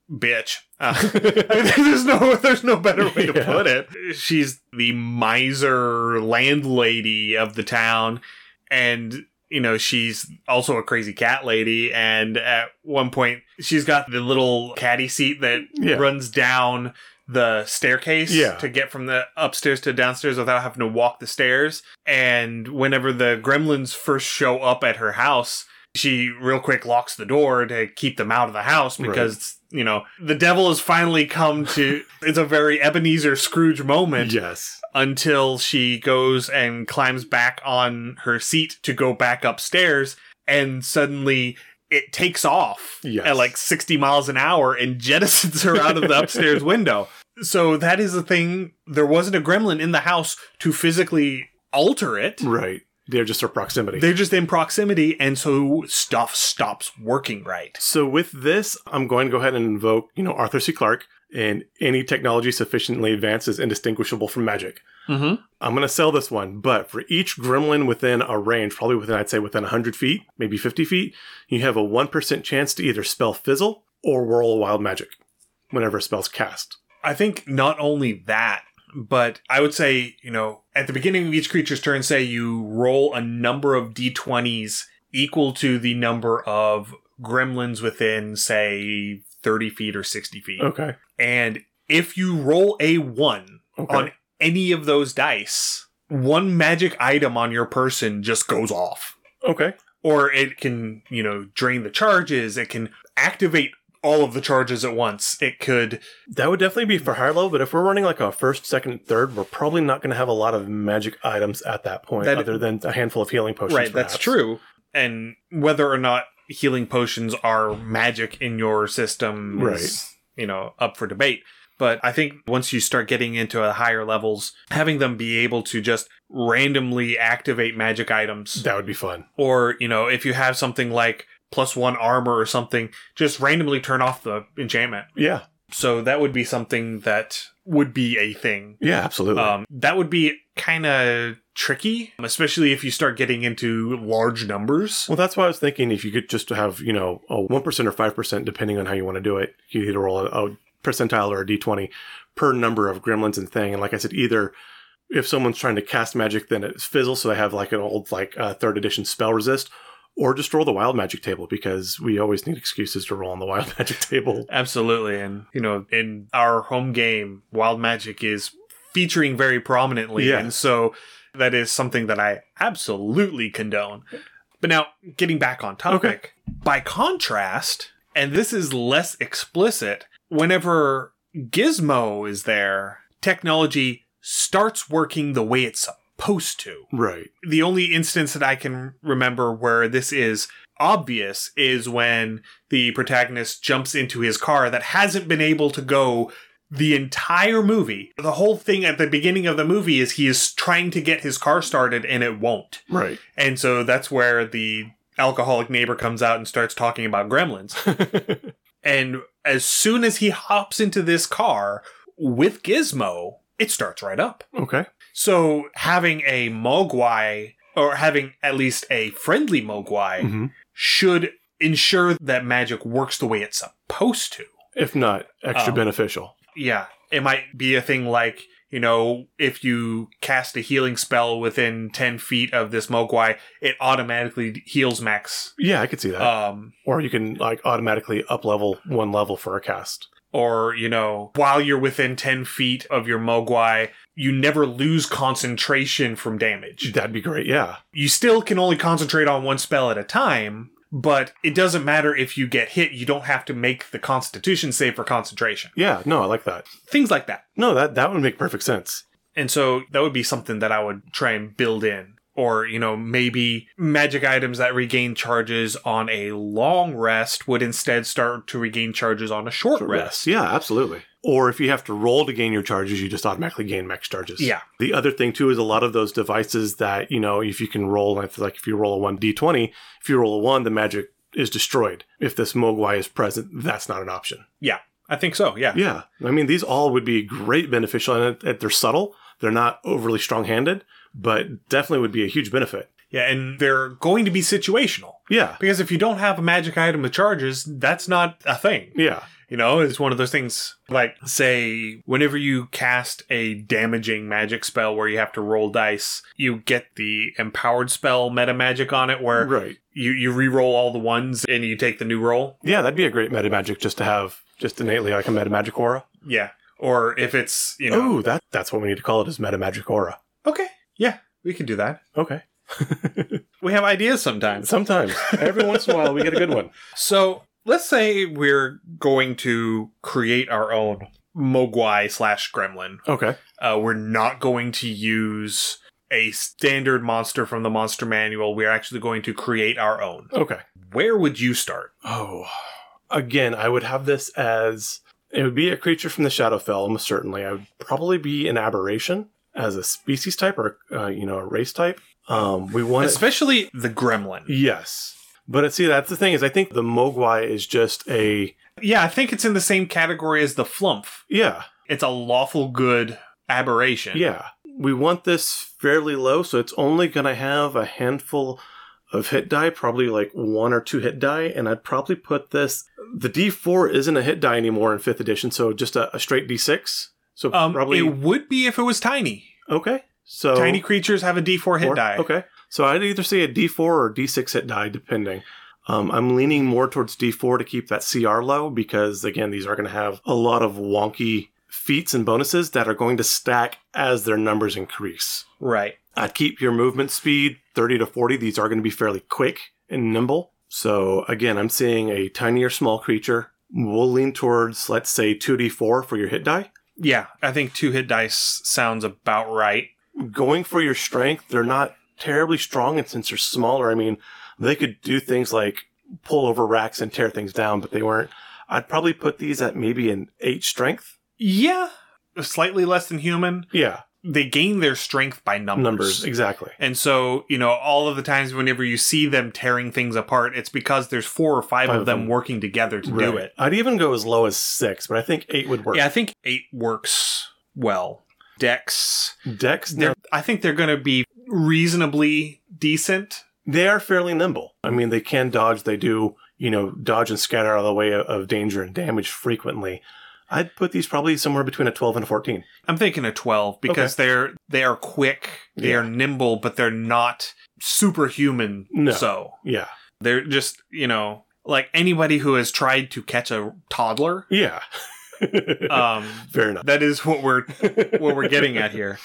[SPEAKER 1] bitch. Uh, there's no there's no better way to
[SPEAKER 2] Yeah.
[SPEAKER 1] put it. She's the miser landlady of the town and you know she's also a crazy cat lady and at one point she's got the little caddy seat that
[SPEAKER 2] Yeah.
[SPEAKER 1] runs down the staircase
[SPEAKER 2] Yeah.
[SPEAKER 1] to get from the upstairs to downstairs without having to walk the stairs and whenever the gremlins first show up at her house she real quick locks the door to keep them out of the house
[SPEAKER 2] Right.
[SPEAKER 1] because you know the devil has finally come to it's a very ebenezer scrooge moment
[SPEAKER 2] Yes.
[SPEAKER 1] until she goes and climbs back on her seat to go back upstairs and suddenly it takes off
[SPEAKER 2] Yes.
[SPEAKER 1] at like 60 miles an hour and jettisons her out of the upstairs window so that is the thing there wasn't a gremlin in the house to physically alter it
[SPEAKER 2] Right. They're just her proximity.
[SPEAKER 1] they're just in proximity and so stuff stops working right
[SPEAKER 2] so with this, I'm going to go ahead and invoke, you know, Arthur C. Clarke and any technology sufficiently advanced is indistinguishable from magic.
[SPEAKER 1] mm-hmm.
[SPEAKER 2] I'm going to sell this one, but for each gremlin within a range, probably within, I'd say within 100 feet, maybe 50 feet, you have a 1% chance to either spell fizzle or whirl wild magic whenever a spell's cast.
[SPEAKER 1] I think not only that, but I would say, you know, at the beginning of each creature's turn, say you roll a number of d20s equal to the number of gremlins within, say, 30 feet or 60 feet.
[SPEAKER 2] Okay.
[SPEAKER 1] And if you roll a one
[SPEAKER 2] Okay.
[SPEAKER 1] on any of those dice, one magic item on your person just goes off
[SPEAKER 2] okay.
[SPEAKER 1] or it can you know drain the charges it can activate all of the charges at once it could
[SPEAKER 2] That would definitely be for higher level, but if we're running like a first, second, and third, we're probably not going to have a lot of magic items at that point,
[SPEAKER 1] That-
[SPEAKER 2] other than a handful of healing potions.
[SPEAKER 1] right that's
[SPEAKER 2] perhaps.
[SPEAKER 1] true and whether or not healing potions are magic in your system is you know up for debate but i think once you start getting into the higher levels having them be able to just randomly activate magic items
[SPEAKER 2] That would be fun.
[SPEAKER 1] or you know if you have something like plus one armor or something just randomly turn off the enchantment
[SPEAKER 2] Yeah,
[SPEAKER 1] So that would be something that would be a thing.
[SPEAKER 2] yeah, absolutely.
[SPEAKER 1] Um, that would be kind of tricky, especially if you start getting into large numbers.
[SPEAKER 2] well, that's why I was thinking if you could just have you know a one percent or five percent, depending on how you want to do it, you either roll a, a percentile or a d twenty per number of gremlins and thing. And like I said, either if someone's trying to cast magic, then it's fizzle, so they have like an old like uh, third edition spell resist, or just roll the wild magic table because we always need excuses to roll on the wild magic table.
[SPEAKER 1] Absolutely. And, you know, in our home game, Wild Magic is featuring very prominently.
[SPEAKER 2] Yeah.
[SPEAKER 1] And so that is something that I absolutely condone. But now, getting back on topic, by contrast, and this is less explicit, whenever Gizmo is there, technology starts working the way it's supposed to
[SPEAKER 2] Right.
[SPEAKER 1] the only instance that I can remember where this is obvious is when the protagonist jumps into his car that hasn't been able to go the entire movie. The whole thing at the beginning of the movie is he is trying to get his car started and it won't.
[SPEAKER 2] Right.
[SPEAKER 1] And so that's where the alcoholic neighbor comes out and starts talking about gremlins. And as soon as he hops into this car with Gizmo, it starts right up.
[SPEAKER 2] okay.
[SPEAKER 1] So having a Mogwai, or having at least a friendly Mogwai,
[SPEAKER 2] hmm
[SPEAKER 1] should ensure that magic works the way it's supposed to.
[SPEAKER 2] If not, extra
[SPEAKER 1] Um,
[SPEAKER 2] beneficial.
[SPEAKER 1] Yeah. It might be a thing like, you know, if you cast a healing spell within 10 feet of this Mogwai, it automatically heals max.
[SPEAKER 2] Yeah, I could see that.
[SPEAKER 1] Um,
[SPEAKER 2] or you can like automatically up level one level for a cast.
[SPEAKER 1] or, you know, while you're within 10 feet of your Mogwai, you never lose concentration from damage.
[SPEAKER 2] That'd be great. Yeah.
[SPEAKER 1] you still can only concentrate on one spell at a time, but it doesn't matter if you get hit, you don't have to make the constitution save for concentration.
[SPEAKER 2] Yeah. No, I like that.
[SPEAKER 1] Things like that.
[SPEAKER 2] No, that that would make perfect sense.
[SPEAKER 1] And so that would be something that I would try and build in. Or, you know, maybe magic items that regain charges on a long rest would instead start to regain charges on a short, rest.
[SPEAKER 2] Yeah, absolutely. Or if you have to roll to gain your charges, you just automatically gain max charges.
[SPEAKER 1] Yeah.
[SPEAKER 2] The other thing too is a lot of those devices that you know, if you can roll, if like if you roll a one d twenty, if you roll a one, the magic is destroyed. If this Mogwai is present, that's not an option.
[SPEAKER 1] I think so, yeah.
[SPEAKER 2] Yeah, I mean, these all would be great beneficial, and uh, they're subtle. They're not overly strong handed, but definitely would be a huge benefit.
[SPEAKER 1] Yeah, and they're going to be situational.
[SPEAKER 2] Yeah,
[SPEAKER 1] Because if you don't have a magic item with charges, that's not a thing.
[SPEAKER 2] yeah,
[SPEAKER 1] You know, it's one of those things like, say, whenever you cast a damaging magic spell where you have to roll dice, you get the empowered spell meta magic on it where
[SPEAKER 2] right.
[SPEAKER 1] you, you re roll all the ones and you take the new roll.
[SPEAKER 2] Yeah, that'd be a great meta magic just to have just innately like a meta magic aura.
[SPEAKER 1] Yeah. Or if it's, you know,
[SPEAKER 2] Oh, that that's what we need to call it is meta magic aura.
[SPEAKER 1] okay. Yeah, we can do that.
[SPEAKER 2] Okay.
[SPEAKER 1] We have ideas sometimes.
[SPEAKER 2] Sometimes, every once in a while, we get a good one.
[SPEAKER 1] So let's say we're going to create our own Mogwai slash gremlin.
[SPEAKER 2] Okay.
[SPEAKER 1] Uh, we're not going to use a standard monster from the monster manual. We're actually going to create our own.
[SPEAKER 2] Okay.
[SPEAKER 1] Where would you start?
[SPEAKER 2] Oh, again, I would have this as it would be a creature from the Shadowfell, almost certainly. I would probably be an aberration as a species type or uh, you know a race type. Um, we want it-
[SPEAKER 1] Especially the gremlin.
[SPEAKER 2] yes, but see that's the thing is I think the Mogwai is just a
[SPEAKER 1] Yeah, I think it's in the same category as the flumph.
[SPEAKER 2] yeah
[SPEAKER 1] It's a lawful good aberration.
[SPEAKER 2] yeah. We want this fairly low, so it's only going to have a handful of hit die, probably like one or two hit die, and I'd probably put this. The D4 isn't a hit die anymore in fifth edition, so just a, a straight D6. So
[SPEAKER 1] Um,
[SPEAKER 2] probably
[SPEAKER 1] It would be if it was tiny.
[SPEAKER 2] Okay. So
[SPEAKER 1] Tiny creatures have a d4 hit
[SPEAKER 2] four?
[SPEAKER 1] die.
[SPEAKER 2] Okay. So I'd either say a D4 or D D6 hit die, depending. Um, I'm leaning more towards D4 to keep that CR low because, again, these are going to have a lot of wonky feats and bonuses that are going to stack as their numbers increase.
[SPEAKER 1] Right.
[SPEAKER 2] I'd Uh, keep your movement speed 30 to 40. These are going to be fairly quick and nimble. So, again, I'm seeing a tiny or small creature. We'll lean towards, let's say, 2D4 for your hit die.
[SPEAKER 1] Yeah, I think two hit dice sounds about right.
[SPEAKER 2] going for your strength, they're not terribly strong. And since they're smaller, I mean, they could do things like pull over racks and tear things down, but they weren't. I'd probably put these at maybe an eight strength.
[SPEAKER 1] Yeah. Slightly less than human.
[SPEAKER 2] Yeah.
[SPEAKER 1] They gain their strength by
[SPEAKER 2] Numbers. Exactly.
[SPEAKER 1] And so, you know, all of the times whenever you see them tearing things apart, it's because there's four or five,
[SPEAKER 2] Five
[SPEAKER 1] of
[SPEAKER 2] of
[SPEAKER 1] them,
[SPEAKER 2] them.
[SPEAKER 1] working together to do
[SPEAKER 2] Right.
[SPEAKER 1] it.
[SPEAKER 2] I'd even go as low as six, but I think eight would work.
[SPEAKER 1] Yeah, I think eight works well. Dex.
[SPEAKER 2] Dex,
[SPEAKER 1] They're,
[SPEAKER 2] they're,
[SPEAKER 1] I think they're going to be reasonably decent.
[SPEAKER 2] they are fairly nimble. I mean, they can dodge. They do, you know, dodge and scatter out of the way of, of danger and damage frequently. I'd put these probably somewhere between a 12 and a 14.
[SPEAKER 1] I'm thinking a 12 because they're they are quick, they
[SPEAKER 2] Yeah.
[SPEAKER 1] are nimble, but they're not superhuman.
[SPEAKER 2] No.
[SPEAKER 1] So
[SPEAKER 2] Yeah.
[SPEAKER 1] they're just you know like anybody who has tried to catch a toddler.
[SPEAKER 2] Yeah.
[SPEAKER 1] Um,
[SPEAKER 2] Fair enough.
[SPEAKER 1] that is what we're what we're getting at here.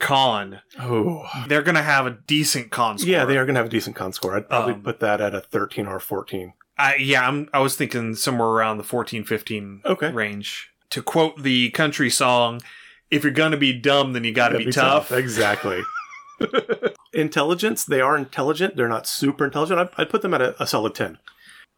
[SPEAKER 1] Con,
[SPEAKER 2] Oh.
[SPEAKER 1] they're gonna have a decent con score.
[SPEAKER 2] Yeah, they are going to have a decent con score. I'd probably
[SPEAKER 1] Um,
[SPEAKER 2] put that at a 13 or a 14.
[SPEAKER 1] I, yeah, I'm, I was thinking somewhere around the 14, 15
[SPEAKER 2] Okay.
[SPEAKER 1] range. To quote the country song, if you're gonna be dumb, then you gotta
[SPEAKER 2] That'd
[SPEAKER 1] be, tough.
[SPEAKER 2] Exactly. Intelligence, they are intelligent. They're not super intelligent. I'd, I'd put them at a, a solid 10.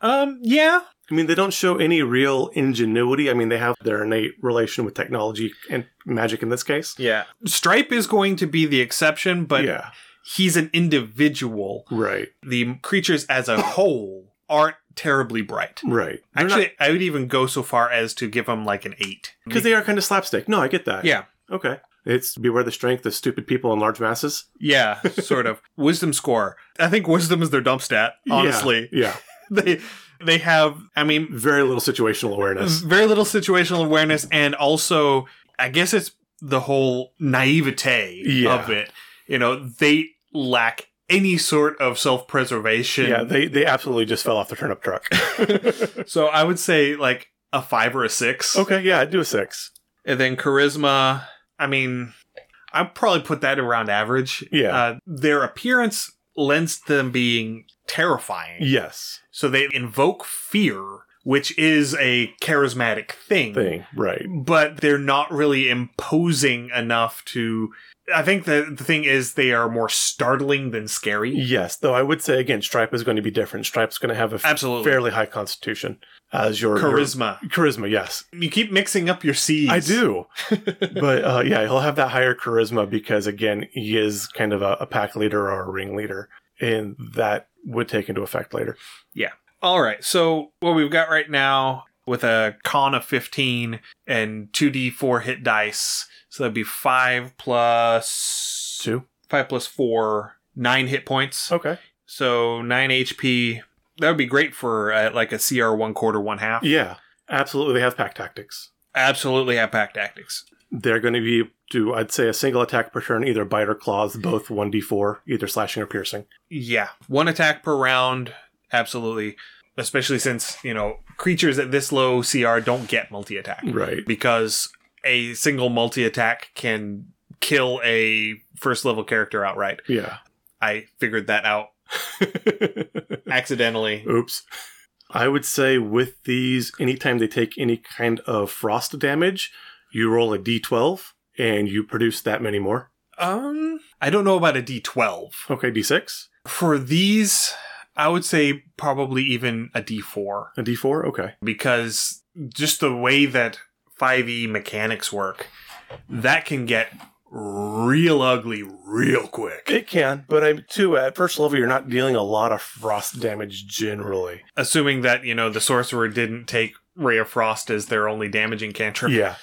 [SPEAKER 1] Um, yeah,
[SPEAKER 2] I mean, they don't show any real ingenuity. I mean, they have their innate relation with technology and magic in this case.
[SPEAKER 1] yeah. Stripe is going to be the exception, but
[SPEAKER 2] yeah,
[SPEAKER 1] he's an individual.
[SPEAKER 2] right,
[SPEAKER 1] The creatures as a whole aren't terribly bright.
[SPEAKER 2] right.
[SPEAKER 1] Actually, I would even go so far as to give him like an eight.
[SPEAKER 2] because they are kind of slapstick. No, I get that.
[SPEAKER 1] yeah,
[SPEAKER 2] Okay. It's beware the strength of stupid people in large masses.
[SPEAKER 1] yeah, sort of. Wisdom score. I think wisdom is their dump stat. Honestly,
[SPEAKER 2] Yeah. yeah.
[SPEAKER 1] they they have i mean
[SPEAKER 2] Very little situational awareness.
[SPEAKER 1] very little situational awareness and also i guess it's the whole naivete
[SPEAKER 2] Yeah.
[SPEAKER 1] of it you know they lack any sort of self-preservation
[SPEAKER 2] Yeah, they, they absolutely just fell off the turnip truck.
[SPEAKER 1] so i would say like a five or a six
[SPEAKER 2] okay, yeah, I'd do a six.
[SPEAKER 1] and then charisma i mean i'd probably put that around average
[SPEAKER 2] Yeah.
[SPEAKER 1] uh, their appearance lends to them being terrifying
[SPEAKER 2] Yes.
[SPEAKER 1] so they invoke fear which is a charismatic
[SPEAKER 2] Thing. Right.
[SPEAKER 1] but they're not really imposing enough to I think the, the thing is they are more startling than scary.
[SPEAKER 2] Yes, though I would say again, Stripe is going to be different. Stripe's going to have a f-
[SPEAKER 1] Absolutely.
[SPEAKER 2] fairly high constitution as your your-
[SPEAKER 1] Charisma.
[SPEAKER 2] charisma, yes.
[SPEAKER 1] You keep mixing up your C's.
[SPEAKER 2] I do. but uh, yeah, he'll have that higher charisma because, again, he is kind of a, a pack leader or a ringleader. And that would take into effect later.
[SPEAKER 1] All right. So what we've got right now with a con of 15 and 2d4 hit dice. So that'd be 5 plus
[SPEAKER 2] Two.
[SPEAKER 1] 5 plus 4, 9 hit points.
[SPEAKER 2] Okay.
[SPEAKER 1] So 9 HP. That would be great for uh, like a CR 1 quarter 1 half.
[SPEAKER 2] Yeah, absolutely. They have pack tactics.
[SPEAKER 1] Absolutely have pack tactics.
[SPEAKER 2] They're going to be, do I'd say, a single attack per turn, either bite or claws, both 1d4, either slashing or piercing.
[SPEAKER 1] Yeah, one attack per round, absolutely. Especially since you know creatures at this low CR don't get multi attack
[SPEAKER 2] Right.
[SPEAKER 1] because a single multi attack can kill a first level character outright.
[SPEAKER 2] Yeah.
[SPEAKER 1] I figured that out accidentally.
[SPEAKER 2] Oops. I would say with these, anytime they take any kind of frost damage, you roll a d12 and you produce that many more.
[SPEAKER 1] Um, I don't know about a D twelve
[SPEAKER 2] Okay, d6,
[SPEAKER 1] for these. I would say probably even a D four
[SPEAKER 2] a d4. Okay.
[SPEAKER 1] because just the way that 5e mechanics work, that can get real ugly real quick.
[SPEAKER 2] It can, but I'm too at first level. You're not dealing a lot of frost damage generally.
[SPEAKER 1] Assuming that, you know, the sorcerer didn't take Ray of Frost as their only damaging cantrip.
[SPEAKER 2] Yeah.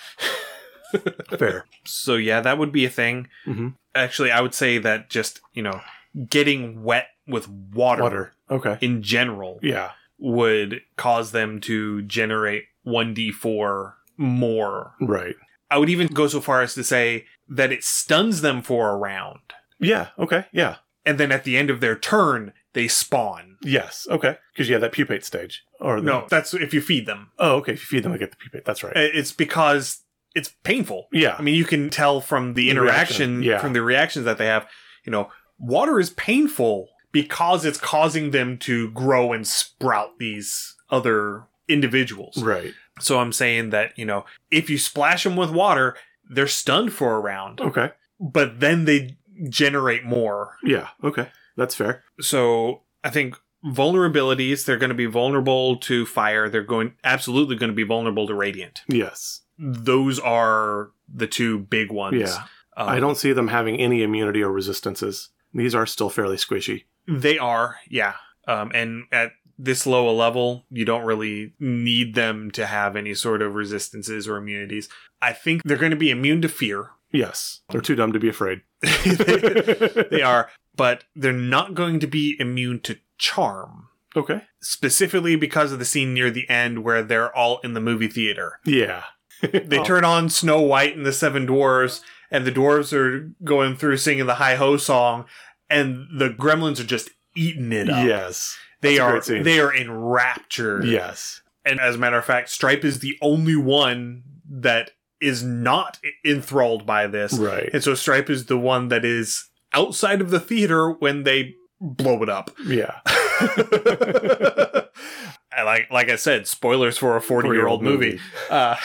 [SPEAKER 2] Fair.
[SPEAKER 1] So, yeah, that would be a thing.
[SPEAKER 2] Mhm.
[SPEAKER 1] Actually, I would say that just, you know, getting wet with water,
[SPEAKER 2] Water. Okay.
[SPEAKER 1] in general
[SPEAKER 2] Yeah.
[SPEAKER 1] would cause them to generate 1d4 more.
[SPEAKER 2] Right.
[SPEAKER 1] I would even go so far as to say that it stuns them for a round.
[SPEAKER 2] Yeah. Okay. Yeah.
[SPEAKER 1] and then at the end of their turn they spawn.
[SPEAKER 2] Yes. Okay. Because you have that pupate stage. Or the-
[SPEAKER 1] No, that's if you feed them.
[SPEAKER 2] Oh, okay. If you feed them, they get the pupate. That's right.
[SPEAKER 1] I- It's because it's painful.
[SPEAKER 2] yeah.
[SPEAKER 1] I mean, you can tell from the
[SPEAKER 2] The
[SPEAKER 1] interaction,
[SPEAKER 2] reaction, yeah.
[SPEAKER 1] from the reactions that they have. You know, water is painful because it's causing them to grow and sprout these other individuals.
[SPEAKER 2] right.
[SPEAKER 1] So I'm saying that you know, if you splash them with water, they're stunned for a round,
[SPEAKER 2] Okay.
[SPEAKER 1] but then they generate more.
[SPEAKER 2] Yeah. Okay. That's fair.
[SPEAKER 1] so I think vulnerabilities they're going to be vulnerable to fire they're going absolutely going to be vulnerable to radiant
[SPEAKER 2] Yes.
[SPEAKER 1] those are the two big ones
[SPEAKER 2] Yeah.
[SPEAKER 1] Um,
[SPEAKER 2] I don't see them having any immunity or resistances. These are still fairly squishy.
[SPEAKER 1] they are yeah um, and at this low a level you don't really need them to have any sort of resistances or immunities i think they're going to be immune to fear
[SPEAKER 2] Yes. They're too dumb to be afraid.
[SPEAKER 1] they are but they're not going to be immune to charm
[SPEAKER 2] Okay.
[SPEAKER 1] specifically because of the scene near the end where they're all in the movie theater
[SPEAKER 2] Yeah.
[SPEAKER 1] They
[SPEAKER 2] Oh.
[SPEAKER 1] turn on Snow White and the Seven Dwarves, and the dwarves are going through singing the Hi Ho song, and the gremlins are just eating it up.
[SPEAKER 2] Yes.
[SPEAKER 1] they
[SPEAKER 2] that's a
[SPEAKER 1] are
[SPEAKER 2] great scene.
[SPEAKER 1] they are enraptured.
[SPEAKER 2] Yes.
[SPEAKER 1] And as a matter of fact, Stripe is the only one that is not enthralled by this.
[SPEAKER 2] Right.
[SPEAKER 1] And so Stripe is the one that is outside of the theater when they blow it up.
[SPEAKER 2] Yeah.
[SPEAKER 1] And like like I said, spoilers for a 40-year-old movie. Uh,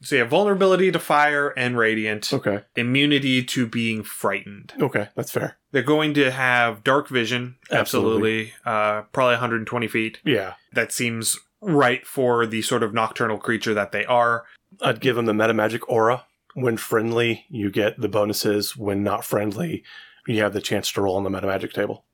[SPEAKER 1] so you have vulnerability to fire and radiant,
[SPEAKER 2] Okay.
[SPEAKER 1] immunity to being frightened.
[SPEAKER 2] Okay. That's fair.
[SPEAKER 1] They're going to have dark vision,
[SPEAKER 2] Absolutely.
[SPEAKER 1] absolutely, uh, probably 120 feet.
[SPEAKER 2] Yeah.
[SPEAKER 1] That seems right for the sort of nocturnal creature that they are.
[SPEAKER 2] I'd give them the metamagic aura. When friendly, you get the bonuses. When not friendly, you have the chance to roll on the metamagic table.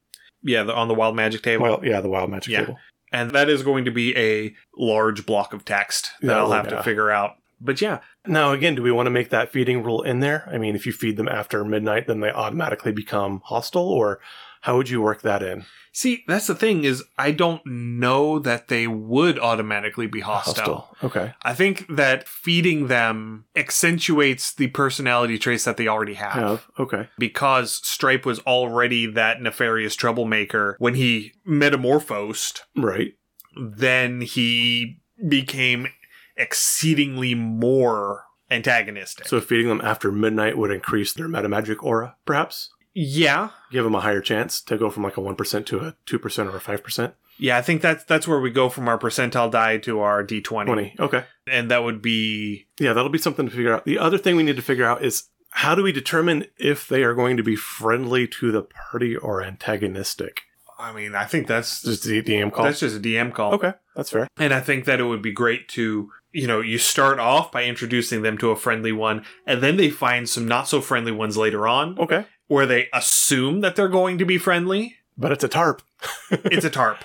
[SPEAKER 1] Yeah, the, on the wild magic table.
[SPEAKER 2] Well, yeah, the wild magic
[SPEAKER 1] Yeah.
[SPEAKER 2] table.
[SPEAKER 1] and that is going to be a large block of text that I'll
[SPEAKER 2] Oh,
[SPEAKER 1] have
[SPEAKER 2] yeah.
[SPEAKER 1] to figure out. But yeah,
[SPEAKER 2] Now, again, do we want to make that feeding rule in there? I mean, if you feed them after midnight, then they automatically become hostile, or how would you work that in?
[SPEAKER 1] see, that's the thing is I don't know that they would automatically be hostile.
[SPEAKER 2] Okay.
[SPEAKER 1] I think that feeding them accentuates the personality traits that they already have.
[SPEAKER 2] Have. Okay.
[SPEAKER 1] Because Stripe was already that nefarious troublemaker when he metamorphosed,
[SPEAKER 2] Right.
[SPEAKER 1] then he became exceedingly more antagonistic.
[SPEAKER 2] So feeding them after midnight would increase their metamagic aura, perhaps?
[SPEAKER 1] yeah.
[SPEAKER 2] Give them a higher chance to go from like a 1% to a 2% or a 5%?
[SPEAKER 1] Yeah, I think that's that's where we go from our percentile die to our D20.
[SPEAKER 2] 20. Okay.
[SPEAKER 1] And that would be
[SPEAKER 2] Yeah, that'll be something to figure out. The other thing we need to figure out is how do we determine if they are going to be friendly to the party or antagonistic?
[SPEAKER 1] I mean, I think that's
[SPEAKER 2] Just the DM call.
[SPEAKER 1] that's just a DM call.
[SPEAKER 2] okay, that's fair.
[SPEAKER 1] And I think that it would be great to, you know, you start off by introducing them to a friendly one, and then they find some not so friendly ones later on
[SPEAKER 2] Okay.
[SPEAKER 1] where they assume that they're going to be friendly.
[SPEAKER 2] But it's a tarp.
[SPEAKER 1] It's a tarp.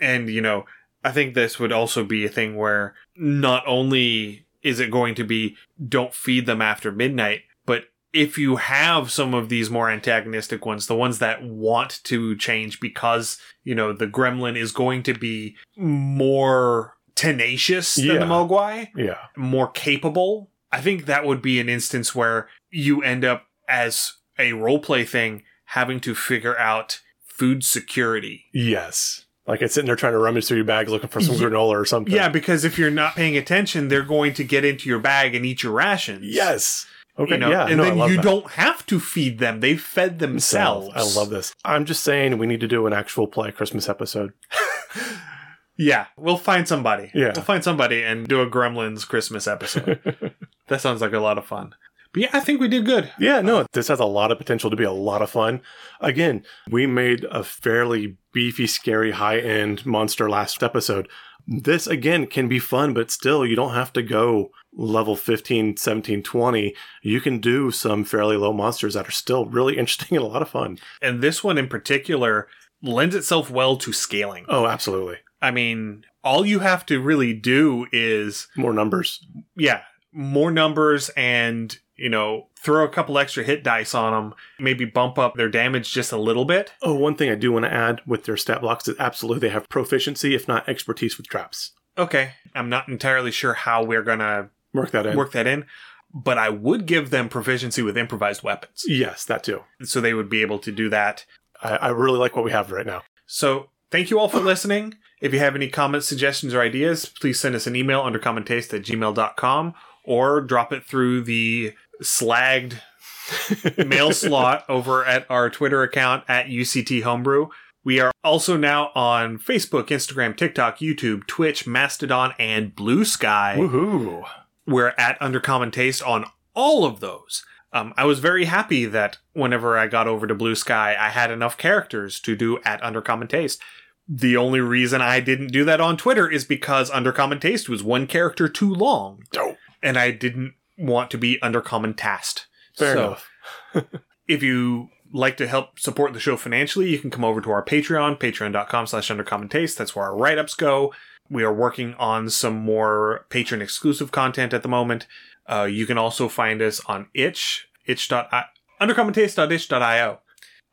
[SPEAKER 1] and, you know, I think this would also be a thing where not only is it going to be don't feed them after midnight, but if you have some of these more antagonistic ones, the ones that want to change because, you know, the gremlin is going to be more tenacious than
[SPEAKER 2] Yeah.
[SPEAKER 1] the Mogwai,
[SPEAKER 2] yeah.
[SPEAKER 1] more capable, I think that would be an instance where you end up as a roleplay thing having to figure out food security.
[SPEAKER 2] Yes. Like it's sitting there trying to rummage through your bag looking for some
[SPEAKER 1] Ye-
[SPEAKER 2] granola or something.
[SPEAKER 1] Yeah, because if you're not paying attention, they're going to get into your bag and eat your rations.
[SPEAKER 2] Yes. Okay.
[SPEAKER 1] You know,
[SPEAKER 2] yeah.
[SPEAKER 1] and
[SPEAKER 2] no, I
[SPEAKER 1] then
[SPEAKER 2] love
[SPEAKER 1] you
[SPEAKER 2] that.
[SPEAKER 1] don't have to feed them. They've fed themselves.
[SPEAKER 2] I love this. I'm just saying we need to do an actual play Christmas episode.
[SPEAKER 1] Yeah, we'll find somebody.
[SPEAKER 2] Yeah.
[SPEAKER 1] We'll find somebody and do a Gremlins Christmas episode. that sounds like a lot of fun. But yeah, I think we did good.
[SPEAKER 2] Yeah, no, this has a lot of potential to be a lot of fun. Again, we made a fairly beefy, scary, high end monster last episode. This, again, can be fun, but still, you don't have to go level 15, 17, 20. You can do some fairly low monsters that are still really interesting and a lot of fun.
[SPEAKER 1] And this one in particular lends itself well to scaling.
[SPEAKER 2] Oh, absolutely.
[SPEAKER 1] I mean, all you have to really do is,
[SPEAKER 2] More numbers.
[SPEAKER 1] yeah, more numbers and, you know, throw a couple extra hit dice on them, maybe bump up their damage just a little bit.
[SPEAKER 2] Oh, one thing I do want to add with their stat blocks is absolutely they have proficiency, if not expertise, with traps.
[SPEAKER 1] Okay. I'm not entirely sure how we're going to
[SPEAKER 2] Work that in.
[SPEAKER 1] work that in, but I would give them proficiency with improvised weapons.
[SPEAKER 2] Yes, that too.
[SPEAKER 1] So they would be able to do that.
[SPEAKER 2] I, I really like what we have right now.
[SPEAKER 1] So thank you all for listening. If you have any comments, suggestions, or ideas, please send us an email under common taste at gmail.com or drop it through the slagged mail slot over at our Twitter account at UCT Homebrew. We are also now on Facebook, Instagram, TikTok, YouTube, Twitch, Mastodon, and Blue Sky.
[SPEAKER 2] Woohoo!
[SPEAKER 1] We're at Undercommon Taste on all of those. Um, I was very happy that whenever I got over to Blue Sky, I had enough characters to do at Undercommon Taste. The only reason I didn't do that on Twitter is because Undercommon Taste was one character too long,
[SPEAKER 2] Dope.
[SPEAKER 1] and I didn't want to be Undercommon Tast.
[SPEAKER 2] Fair
[SPEAKER 1] So-
[SPEAKER 2] enough.
[SPEAKER 1] if you like to help support the show financially you can come over to our patreon patreon.com slash undercommon taste that's where our write-ups go we are working on some more patron exclusive content at the moment uh, you can also find us on itch itch undercommontaste.itch.io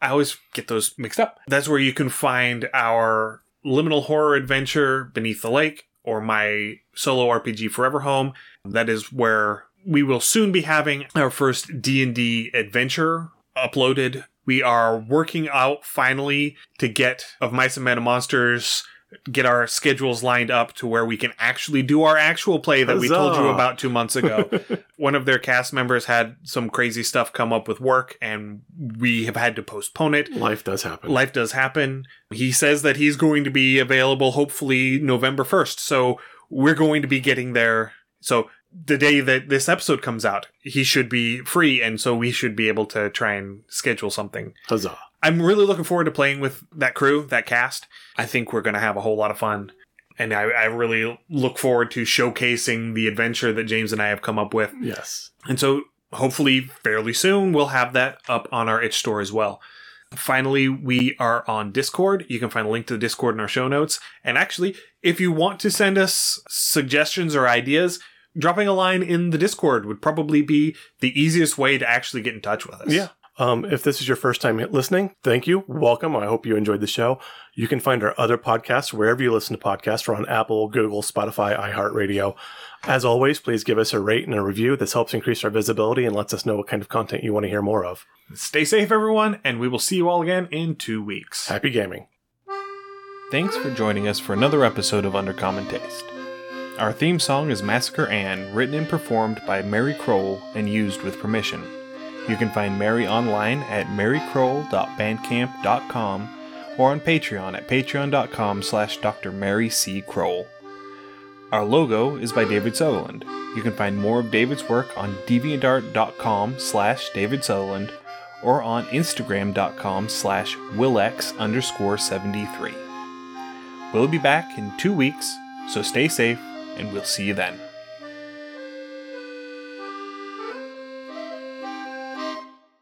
[SPEAKER 1] i always get those mixed up that's where you can find our liminal horror adventure beneath the lake or my solo RPG Forever Home. That is where we will soon be having our first D&D adventure uploaded. We are working out finally to get of Mice and Men and Monsters get our schedules lined up to where we can actually do our actual play that we told you
[SPEAKER 2] Huzzah.
[SPEAKER 1] about 2 months ago. One of their cast members had some crazy stuff come up with work and we have had to postpone it.
[SPEAKER 2] Life does happen.
[SPEAKER 1] Life does happen. He says that he's going to be available hopefully November 1st. So we're going to be getting there. So the day that this episode comes out, he should be free. And so we should be able to try and schedule something.
[SPEAKER 2] Huzzah.
[SPEAKER 1] I'm really looking forward to playing with that crew, that cast. I think we're going to have a whole lot of fun. And I, I really look forward to showcasing the adventure that James and I have come up with.
[SPEAKER 2] Yes.
[SPEAKER 1] And so hopefully fairly soon we'll have that up on our itch store as well. Finally, we are on Discord. You can find a link to the Discord in our show notes. And actually, if you want to send us suggestions or ideas, dropping a line in the Discord would probably be the easiest way to actually get in touch with us.
[SPEAKER 2] Yeah. Um, if this is your first time listening, thank you. Welcome. I hope you enjoyed the show. You can find our other podcasts wherever you listen to podcasts. We're on Apple, Google, Spotify, iHeartRadio. As always, please give us a rate and a review. This helps increase our visibility and lets us know what kind of content you want to hear more of.
[SPEAKER 1] Stay safe, everyone, and we will see you all again in two weeks.
[SPEAKER 2] Happy gaming.
[SPEAKER 1] Thanks for joining us for another episode of Undercommon Taste. Our theme song is Massacre Anne, written and performed by Mary Crowell and used with permission. You can find Mary online at marycrowell.bandcamp.com or on Patreon at patreon.com slash Dr. Mary C. Crowell. Our logo is by David Sutherland. You can find more of David's work on deviantart.com slash David Sutherland or on instagram.com slash willx underscore 73. We'll be back in two weeks, so stay safe and we'll see you then.